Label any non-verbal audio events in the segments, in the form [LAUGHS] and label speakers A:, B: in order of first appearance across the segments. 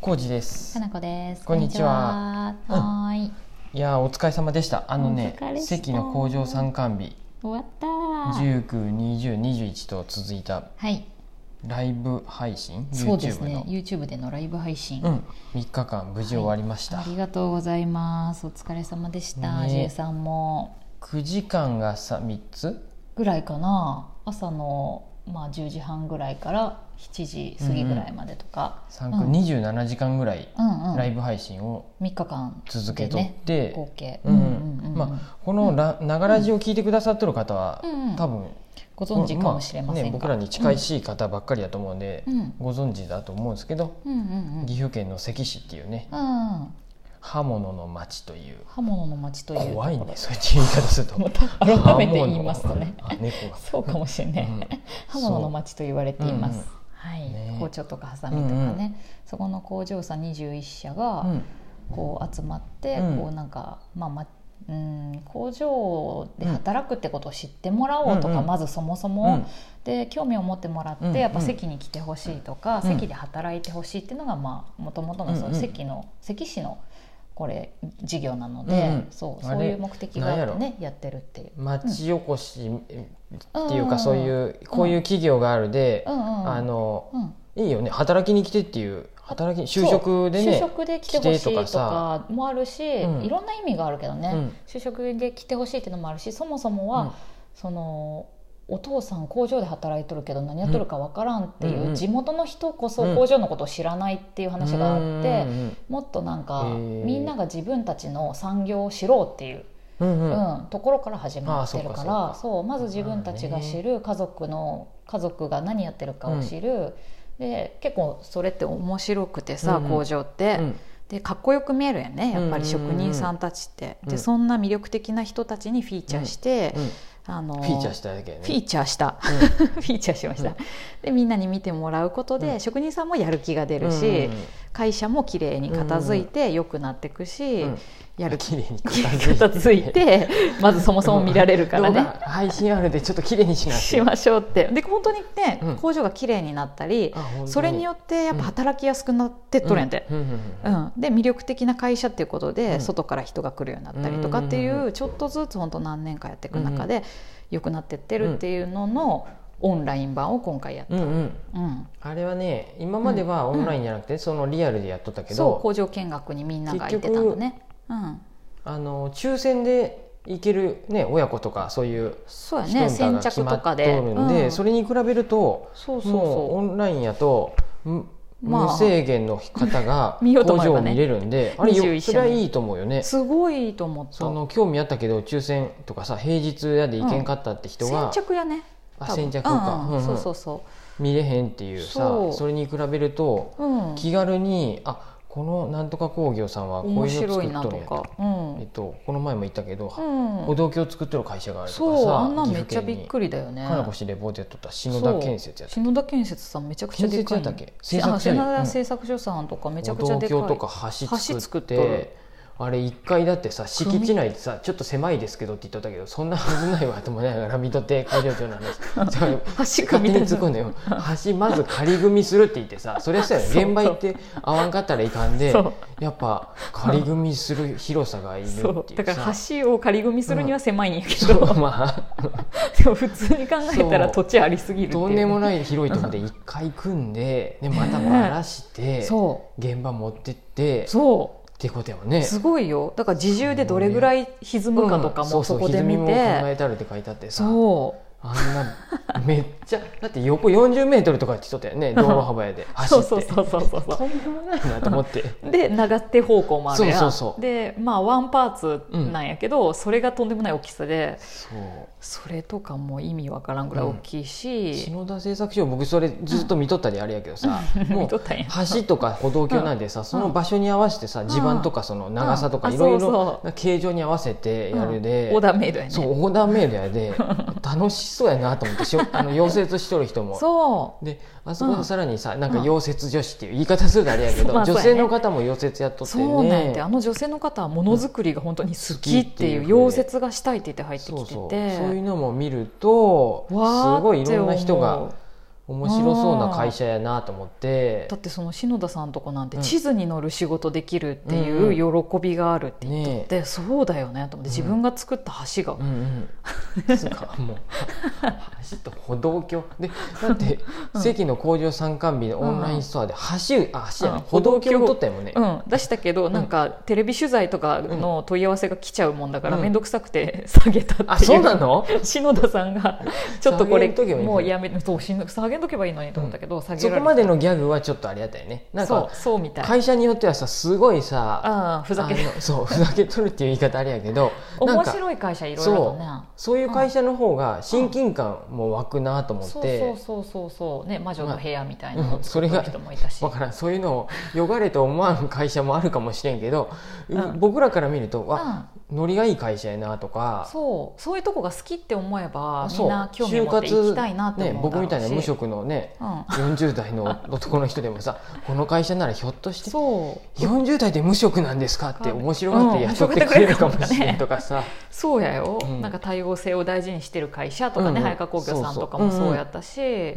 A: コウジです
B: か。なこです。
A: こんにちは
B: こんにちは。はーい。
A: いやーお疲れ様でした。あのね
B: お疲れ様
A: 席の工場参観日
B: 終わったー。
A: 19、20、21と続いた
B: はい。
A: ライブ配信
B: そうです
A: YouTube
B: ね
A: の。、
B: YouTube でのライブ配信。
A: うん3日間無事終わりました。
B: ありがとうございます。お疲れ様でした。
A: ね
B: じゅうさんも
A: 9時間がさ3つ
B: ぐらいかな。朝のまあ10時半ぐらいから7時過ぎぐらいまでとか。
A: 三
B: う
A: 区
B: ん
A: 27時間ぐらい
B: うんうん。
A: ライブ配信を
B: 3日間
A: 続けとっ
B: でね
A: て、
B: 合計。
A: うんまあこのラながらじを聞いてくださってる方は、
B: うんうん
A: 多分
B: ご存知かもしれませんが。
A: ね、僕らに近いし方ばっかりだと思うんで、
B: うん
A: ご存知だと思うんですけど、
B: うんうんうん。
A: 岐阜県の関市っていうね
B: うん。
A: 刃物の町という
B: 刃物の町というところ
A: 怖いねそういう言い方すると
B: [LAUGHS] また改めて言いますとね
A: 刃物あ猫
B: [LAUGHS]
A: が
B: そうかもしれない、刃物の町と言われています、はい
A: ね
B: 包丁とかハサミとかね、
A: うんうん
B: そこの工場さん21社
A: う
B: が
A: ん
B: こう集まって、
A: うん
B: こうなんかまあまうん、工場で働くってことを知ってもらおうとか、
A: うんうん
B: まずそもそ
A: うん
B: も、で興味を持ってもらって、
A: うんうん
B: やっぱ席に来てほしいとか、
A: うん
B: 席で働いてほしいっていうのがもともとのそ
A: うん
B: の
A: うん
B: 席の、席市のこれ事業なので、
A: うんうん
B: そう
A: あれ
B: そういう目的があってねやってるっていう。
A: 町おこしっていう
B: う
A: か、
B: ん
A: そういうこういう企業があるで、
B: うんうん
A: あの
B: うん
A: いいよね働きに来てっていう働き就職で
B: そう就
A: ね
B: 職で来てほしいと
A: 来てとかさ
B: かもあるし、
A: うん
B: いろんな意味があるけどね、
A: うん
B: 就職で来てほしいっていうのもあるしそもそもは、
A: うん
B: そのお父さん工場で働いとるけど何やっとるかわからんっていう、
A: うんうん
B: 地元の人こ
A: う
B: そ
A: ん
B: 工場のことを知らないっていう話があって、
A: うん
B: もっとなん
A: へ
B: か
A: ー
B: みんなが自分たちの産業を知ろうっていう、
A: うんう
B: うん
A: うん
B: んところから始まってる
A: あ
B: か
A: ーそ
B: ら
A: うか
B: そう
A: そうか
B: まず自分たちが知る家族の家族が何やってるかを知る、で結構それって面白くてさ、
A: うんうん
B: 工場って。
A: うん
B: でかっこよく見えるよねやっぱり
A: うんうんうん
B: 職人さんたちって、
A: う
B: で
A: ん
B: そんな魅力的な人たちにフィーチャーして、
A: うん
B: あの
A: フィーチャーしただけやね
B: フィーチャーした、 [LAUGHS] フィーチャーしました、
A: うん
B: でみんなに見てもらうこと
A: う
B: で、
A: ん
B: 職人さんもやる気が出るし、会社も綺麗に片付いて良くなっていくし、
A: うんうんうん
B: や [LAUGHS] る気
A: 綺麗に
B: 片付いてまずそもそも見られるから
A: 動
B: ね
A: 画配信あるでちょっと綺麗にしなきゃ
B: しましょうってで本当にね、
A: うん
B: 工場が綺麗になったり
A: あ本当
B: それによってやっぱ働きやすくなってっとるんやて、
A: うんうんう
B: うんん、で魅力的な会社っていうこと
A: う
B: で、
A: ん
B: 外から人が来るようになったりとかっていう、
A: うんうんう
B: ちょっとずつ本当何年かやっていく中で、良くなってってるっていうのの、オンライン版を今回やっ
A: うんうん
B: た、うん、
A: あれはね今まではオンラインじゃなくて、そのリアルでやっとったけ
B: そう
A: ど
B: 工場見学にみんなが行ってたのね、うん、
A: あの抽選で行ける、ね、親子とかそういう
B: そうや
A: 人
B: ね
A: 々
B: 先
A: が決
B: 着
A: ま
B: と
A: っ
B: か
A: と
B: で、
A: るんで、
B: うん
A: それに比べると
B: そうそう
A: もうオ
B: そう
A: ンラインやと、む
B: まあ
A: 無制限の方が
B: [LAUGHS] 見ようと
A: 工
B: 思え
A: 場
B: ば
A: を
B: ね
A: 見れるんで、あれ
B: 21
A: よそれはいいと思うよね。
B: すごいと思った
A: その興味あったけど抽選とかさ平日やで行けんかったって人が、
B: 先着やね
A: あ
B: 多分
A: 先着か
B: うん
A: うんうん
B: そうそうそ
A: 見れへんっていうさ
B: そう
A: それに比べると
B: う、うん、
A: 気軽にあこのなんとか工業さんはこう
B: 面
A: いうの
B: 白
A: 作
B: い
A: っ
B: な
A: と
B: と
A: るんやと
B: か、うん
A: えっと、この前も言ったけど、
B: うん
A: 歩道橋を作ってる会社があるとか
B: そう
A: さ
B: あんなんめっちゃ
A: 岐阜
B: び
A: 県
B: っ
A: に
B: くりだよね
A: かなこしレポートやっとった篠田建設やった
B: 篠田建設さんめちゃくちゃでかい
A: 建設やったっけ製
B: せあ
A: 作所
B: 篠
A: や
B: 田
A: うん
B: 製作所さんとかめちゃく
A: 歩
B: ちゃ
A: 道
B: でかい
A: 橋とか橋作って
B: 橋作っとる
A: あれ一階だってさ敷地内でさちょっと狭いですけどって言っとったけどそんなはずないわと思いながら見とって工場長の
B: [LAUGHS]
A: 話そう
B: 橋
A: 勝
B: 組
A: 手
B: みた
A: に突
B: いな
A: っ込ん
B: [LAUGHS]
A: でよ橋まず仮組みするって言ってさそれさ
B: そう
A: 現場行って合わんかったらいかんで
B: そう
A: やっぱ仮組みする広さがいるっていう
B: そうだから
A: さ
B: 橋を仮組みするには狭いんやけど、
A: そうまあ
B: でも普通に考えたら
A: そう
B: 土地ありすぎるっていう
A: とんでもない広いところで一回組んででまたばらして
B: そ
A: 現場持ってって
B: うそ
A: ってことやもん
B: う
A: ね。
B: すごいよだから自重でどれぐらい歪むかとか
A: うん
B: もそこで見
A: うう歪みも考
B: て
A: えてあるって書いてあってさ
B: そ
A: あんなめっちゃだって横40メートルとかって言っとったよね道路幅やで
B: う
A: 走
B: [LAUGHS] そ
A: っ
B: う
A: て
B: そうそうそうそう
A: とんでもないなと思って [LAUGHS]
B: で長手方向もあるやん
A: そうそうそう
B: でまあワンパーツなんやけど、それがとんでもない大きさで
A: そう
B: それとかも意味わからんぐらい大きいし、
A: 篠田製作所僕それずっと見とったであれやけどさ
B: 見
A: も
B: と
A: う
B: ったんや
A: 橋とか歩道橋なんでさその場所に合わせてさ
B: ん
A: 地盤とかその長さとか
B: うん
A: いろい
B: あそう
A: ろ形状に合わせてやるで
B: うんオーダーメイドやね
A: そ
B: そう
A: うオーダーメイドやで楽しそうやなと思ってしょ [LAUGHS] あの溶接しとる人もであそこ
B: うん
A: でさらにさ、なんか溶接女子っていう言い方するのあれやけど、
B: まあそう
A: 女
B: やね
A: 性の方も溶接やっとってね
B: そうなんやてあの女性の方はものづくりが本当に好きっていう
A: 好きっていう
B: 溶接がしたいって言って入って
A: そう
B: きて
A: そうそう
B: て
A: いうのも見るとす
B: わーって思
A: ごいいろんな人が面白そうな会社やなと思って
B: だってその篠田さんとこなんて
A: うん
B: 地図に載る仕事できるっていう喜びがあるって言っとって、そうだよねと思
A: うん
B: って自分が作った橋が、
A: うんうん、そうかもう橋と歩道橋でだって
B: うん
A: 席の工場参観日のオンラインストアで橋、あ橋やな
B: うん
A: 歩道橋を取ったよね、
B: うん出したけどなんかテレビ取材とかの問い合わせが来ちゃうもんだから
A: うん
B: 面倒くさくて [LAUGHS] 下げたっていう、
A: あそうなの
B: 篠田さんがちょっとこれ
A: 下げんとけばいいのに
B: もうやめそうしんど下げんとけばいいのにと思ったけど、下げられ
A: そこまでのギャグはちょっとあれだったよねなん
B: そ
A: か
B: うそうみたい
A: 会社によってはさすごいさ
B: ああふざけ
A: あのそうふざけとるっていう言い方あれやけど
B: [LAUGHS]
A: なん
B: 面
A: か
B: 白い会社いろいろと
A: そ
B: ね
A: うそういう会社の方が親近感も湧くなと思
B: そ
A: っ
B: うそ
A: て
B: うそうそうそうね魔女の部屋みたいな
A: う
B: の
A: んそれが
B: 作ってる人もいたし、
A: わからんそういうのをよがれと思わん会社もあるかもしれんけど、う
B: うん
A: 僕らから見ると
B: う
A: わ
B: ん
A: ノリがいい会社やなとか
B: そうそういうとこが好きって思えばみ
A: そうん
B: な興味持っていきたいなって思う
A: ね、
B: だろうし
A: 僕みたいな無職のね
B: うん
A: 40代の男の人でもさこの会社ならひょっとして
B: そう
A: 40代で無職なんですかって
B: うん
A: 面白がって雇ってくれるかもしれんとかさ、
B: そうやよ、
A: うん
B: なんか多様性を大事にしてる会社とか
A: うん
B: ね、
A: うん
B: 早川工業さんとか
A: そ
B: も
A: うそう
B: そうやったし、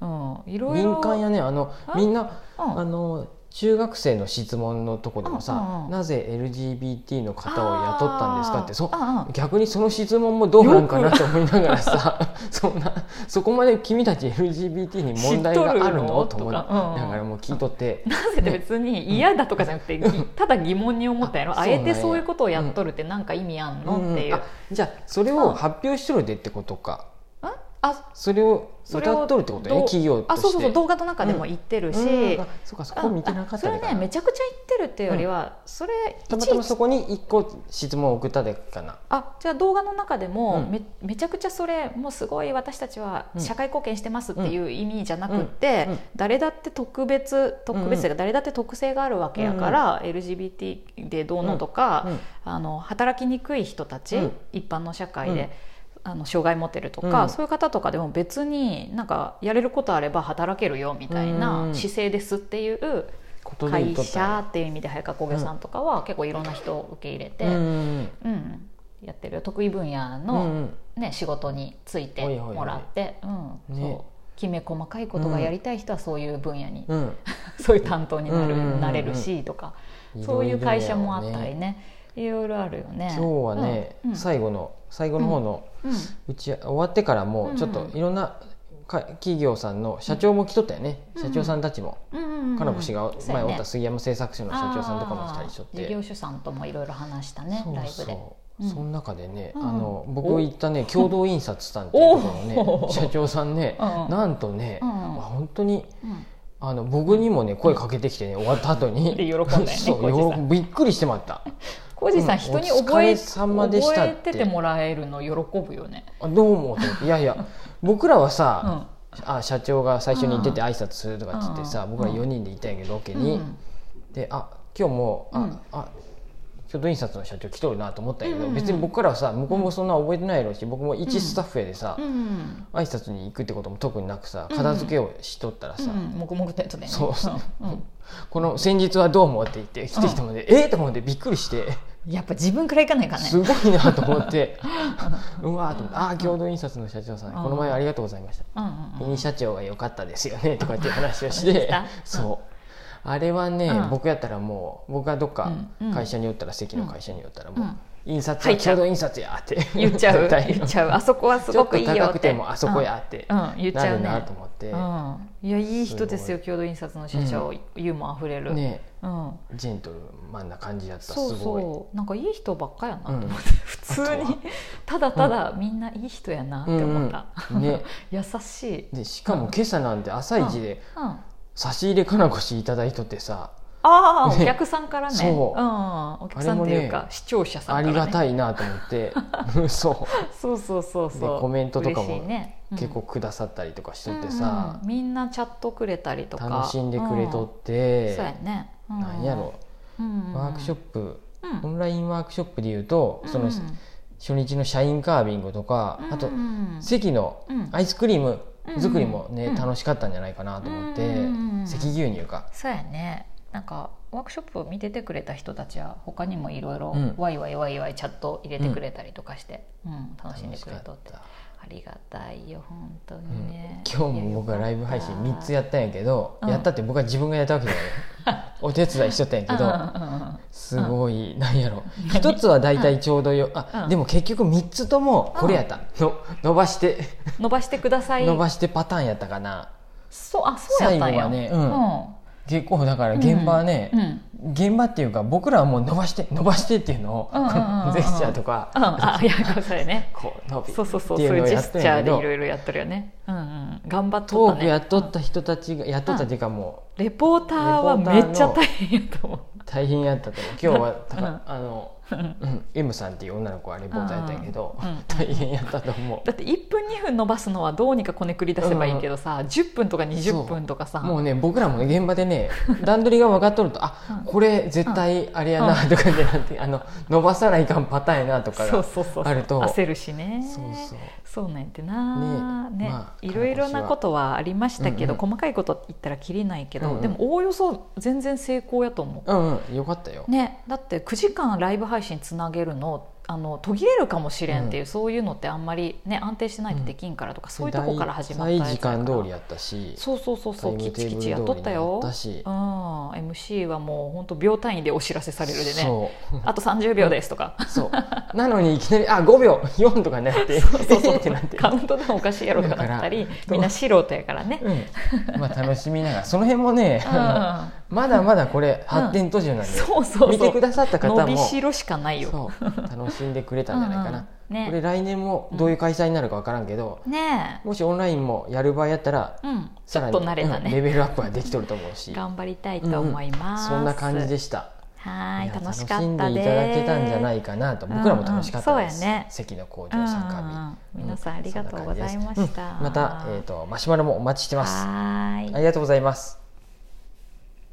A: うん
B: うんいろいろ
A: 民間やねあの
B: あ
A: みんな
B: うん
A: あの中学生の質問のとこでもさ、
B: うんうんうん
A: なぜ LGBT の方を雇ったんですかってそ
B: あーうんうん
A: 逆にその質問もどうなんかなと思いながらさ [LAUGHS] そんなそこまで君たち LGBT に問題があるの
B: 知っと
A: と
B: る
A: 思
B: の
A: いな
B: とかうん
A: がらもう聞いとって。
B: なぜって別に嫌だとかじゃ
A: [LAUGHS]
B: なくて、ぎただ疑問に思ったやろ
A: あ
B: あえて
A: そ
B: そう
A: なんや
B: ういうことをやっとるってなんか意味あん
A: うん
B: の
A: う
B: っ
A: ん
B: ていう、
A: あじゃあそれを発表しとるでってことか
B: ああ
A: それを
B: それを
A: 歌っとるってことやね
B: どう
A: 企業として
B: あそうそうそう動画の中でも言ってるし、
A: うんあそうかそこ見てなか
B: あ
A: った
B: そ
A: で
B: れ
A: かな
B: ねめちゃくちゃ言ってるっていうよりは、それ
A: たま
B: い
A: た
B: ちい
A: ま
B: ち
A: そこに一個質問を送ったでかな
B: あじゃあ動画の中でも
A: うん
B: め,、めちゃくちゃそれもうすごい私たちは
A: うん
B: 社会貢献してますっていう意味じゃなくって、
A: うんうん
B: 誰だって特別特別というか誰だって特性があるわけやから、LGBT でどうのとか、
A: うんうん
B: あの働きにくい人たち、
A: うん
B: 一般の社会で。あの障害持ってるとか、
A: うん
B: そういう方とかでも別になんかやれることあれば働けるよみたいな姿勢ですっていう
A: ことで言
B: 会
A: っとったんや
B: 社っていう意味で早川工業さんとかは結構いろんな人を受け入れて、
A: うんうん
B: うん、やってるよ得意分野
A: うんうんう
B: の、
A: ん
B: ね仕事について
A: おいおいおい
B: もらってうん
A: ね
B: そうきめ細かいことがやりたい人はそういう分野に、 [LAUGHS]
A: うん
B: そういう担当になる、
A: うんうんうんうん
B: なれるしとか、
A: い
B: そ
A: ろ
B: う
A: いろ
B: い
A: や
B: う
A: ね
B: 会社もあったりねいろいろあるよね
A: 今日はね、
B: うんうん
A: 最後の最後の方の
B: うん
A: うち終わってからも
B: うん
A: ちょっといろんなか企業さんの社長も来とったよね、
B: うん
A: 社長さんたちも、
B: うんうんうん
A: かなこ氏が前おった
B: そ
A: 杉山製作所
B: う
A: の
B: やね
A: 社長さんとかも来たりしとっ
B: あー
A: て
B: 事業主さんともいろいろ話したね
A: そう
B: ライブ
A: そ
B: で
A: う、
B: うん
A: その中でね、
B: うん
A: あの
B: お
A: 僕行ったね共同印刷さんっていうところの
B: お
A: ね社長さんね、
B: うんうん
A: なんとね、
B: うんうん
A: まあ本当に
B: うん
A: あの僕にもね声かけてきてね終わった後に
B: [LAUGHS] で喜んだよ
A: [LAUGHS]
B: ね
A: そう
B: 浩二さん
A: 喜びびっくりしてまった
B: 浩二さ
A: うん
B: ん人に覚
A: お疲れ
B: え
A: 様でした
B: 覚
A: って
B: えててもらえるの喜ぶよね
A: あどうもと思っていやい
B: [LAUGHS]
A: や僕らは
B: う
A: さ、
B: ん
A: あ社長が最初に行ってて挨拶するとかっつってさ、
B: うん
A: 僕ら4人でいたんやけどロケに、
B: うん
A: であ今日もあ、
B: うん
A: あ京都印刷の社長来とるなと思ったんやけど、
B: うんうんうん
A: 別に僕からはさ向こうもそんな覚えてないやろうし僕も一スタッフやでさ、
B: うん
A: 挨拶に行くってことも特になくさ片付けをしとったらさ、
B: うん、黙々とやつね
A: そうそう
B: うん
A: この「先日はどうも」って言って来てきたので、えっと思ってびっくりして
B: やっぱ自分からいかないかね
A: すごいなと思ってうわーと思って「ああ共同印刷の社長さん、
B: うん
A: この前ありがとうございました」
B: うんうんうん
A: ミニ社長が良かったですよねとかっていう話をして
B: した
A: そうあれはね、
B: うん
A: 僕やったらもう僕がどっか
B: うんうん
A: 会社におったら席の会社におったらもう、
B: うん
A: 印刷
B: 入
A: は
B: っちゃ
A: 共
B: う
A: 同印刷やって
B: 言っちゃう
A: 絶対
B: 言っちゃうあそこはす
A: ちょ
B: ご
A: っと
B: くいいよって
A: 高くてもあそこやって、
B: うん、うん言っち
A: な
B: ゃう
A: る
B: ね
A: なと思って、
B: うん、いやいい人ですよ
A: す
B: 共同印刷の社長、ユーモアあふれる、
A: ね
B: うん、
A: ジェントルマンな感じだったす
B: そう
A: ごい
B: そうなんかいい人ばっかやなと
A: う
B: 思
A: ん
B: って、普通
A: あとは
B: にただただみんないい人やなって思った、
A: うんうんね
B: 優しい、
A: でしかも今朝なんて朝一で
B: うん、あ
A: 差し入れかなこしいただいとってさ
B: あー
A: ね
B: お客さんからね、
A: そうん
B: お客さんっていう
A: あれ
B: か、
A: も
B: 視聴者さん
A: あ
B: から、ね、
A: りがたいなと思ってうんそう
B: そうそうそうそ
A: で
B: う
A: コメントとかも
B: 嬉しいねうん
A: 結構くださったりとかしとって
B: うん
A: さ
B: う、んみんなチャットくれたりとか
A: 楽しんでくれと
B: っ
A: って、
B: そうやね、う
A: なんやろ、
B: うんうん
A: ワークショップ、
B: う
A: オ
B: ん
A: ンラインワークショップでいうと、その
B: うん
A: 初日の社員カービングとか、あと
B: うん
A: 席の
B: うん
A: アイスクリーム作りもね、
B: うん
A: 楽しかったんじゃないかなと思って、
B: うん
A: 赤牛乳か。
B: そうやねなんかワークショップを見ててくれた人たちは他にもいろいろ
A: うん
B: ワイワイワイワイチャット入れてくれたりとかして、うん楽しんでくれとっ
A: 楽し
B: て
A: かっ
B: ありがたいよ本当にね、
A: 今日も僕はライブ配信3つや
B: っ
A: ったんやけど、
B: うん
A: やったって僕は自分がやったわけじゃない
B: [LAUGHS]
A: お手伝いしとったんやけ
B: た
A: ど、
B: うんうんうんうん
A: すごい、なんやろ
B: 何
A: 一つは大体ちょうどよ、あ、
B: うん
A: でも結局3つともこれやった、の伸ばして
B: 伸ばしてください
A: 伸ばしてパターンやったかな
B: そうあそうやったん
A: 最後
B: や
A: はねうん結構だから現場はね、
B: うんうん
A: 現場っていうか僕らはもう伸ばして伸ばしてっていうのを
B: うんうんうんうん
A: [LAUGHS] ジェスチャーとか、
B: うんあいやそれね
A: こう伸び
B: そうそうそ
A: っ
B: うそ
A: ていうう
B: い
A: の
B: う
A: を
B: ジェ
A: やっ
B: ス
A: た
B: チ
A: んやけ
B: ャーで
A: ど
B: いろいろやってるよね、うんうん、頑張っと
A: ト
B: った
A: ー
B: ね
A: クやっとった人たちがやっとったっていうかも
B: レポーターはめっちゃ大変やと思う
A: う大変やったと思う今日はだから、
B: うん
A: あの、
B: うん
A: うん M さんっていう女の子はレポーターやったんやけど、
B: うんうん
A: 大変やったと思
B: だって1分2分伸ばすのはどうにかこねくり出せばいいけどさ、10分とか20分とか
A: う
B: さ
A: もうね僕らもね現場でね段取りが分かっとるとあ
B: うん
A: これ絶対あれやなとかじゃなくてあの伸ばさないかんパターンやなとか
B: そ
A: が
B: うそうそう
A: あると
B: 焦るしね
A: そうそう
B: そうなんやってな
A: ね
B: ね
A: まあ
B: いろいろなことはありましたけど、
A: うんうん
B: 細かいこと言ったらきりないけど、
A: うんうん
B: でもおおよそ全然成功やと思う
A: うんうんよかったよ、
B: ね、だって9時間ライブ配信つなげるのあの途切れるかもしれんっていう、そういうのってあんまり、ね、安定してないとできんからとか、そういうとこから始まった
A: 大
B: や
A: 体時
B: つやから
A: 間通りやったし
B: そうそうそうそ
A: タ
B: う
A: イ
B: キ
A: ムテ
B: チ
A: ーブル
B: キ
A: 通り
B: チ
A: に
B: やっとったよ
A: やったし
B: うん、MC はもう本当秒単位でお知らせされるでね
A: そう
B: あと30秒ですとか
A: そうなのにいきなり「あ5秒4」とかになって
B: そうそう
A: えー [LAUGHS] ってなって
B: カウントダウンおかしいやろとかなった
A: だ
B: り
A: から
B: みんな素人やからね、
A: うんまあ楽しみながらその辺もね
B: う
A: あ
B: ん、
A: のまだまだこれ発展途上なんで、
B: そうそうそう
A: 見てくださった方も
B: 伸びしろしかないよ
A: そう楽しんでくれたんじゃないかな、
B: うんうんね
A: これ来年もどういう開催になるか分からんけど、
B: ねえ
A: もしオンラインもやる場合やったら、
B: うん、ち
A: さ
B: ょ
A: ら
B: っ
A: に
B: と慣れた
A: うんレ
B: ね、
A: ベルアップはできとると思うし
B: 頑張りたいと思います、
A: そんな感じでした
B: はいい
A: や
B: 楽しかった
A: 楽しん
B: で
A: で
B: す
A: いただけたんじゃないかなと僕らも楽しかったです、
B: うんうんそうやね
A: 関の工場参加日、
B: うんうん皆さんありがとうございました
A: そな感じですうんまた、えー、とマシュマロもお待ちしてます
B: はーい
A: ありがとうございます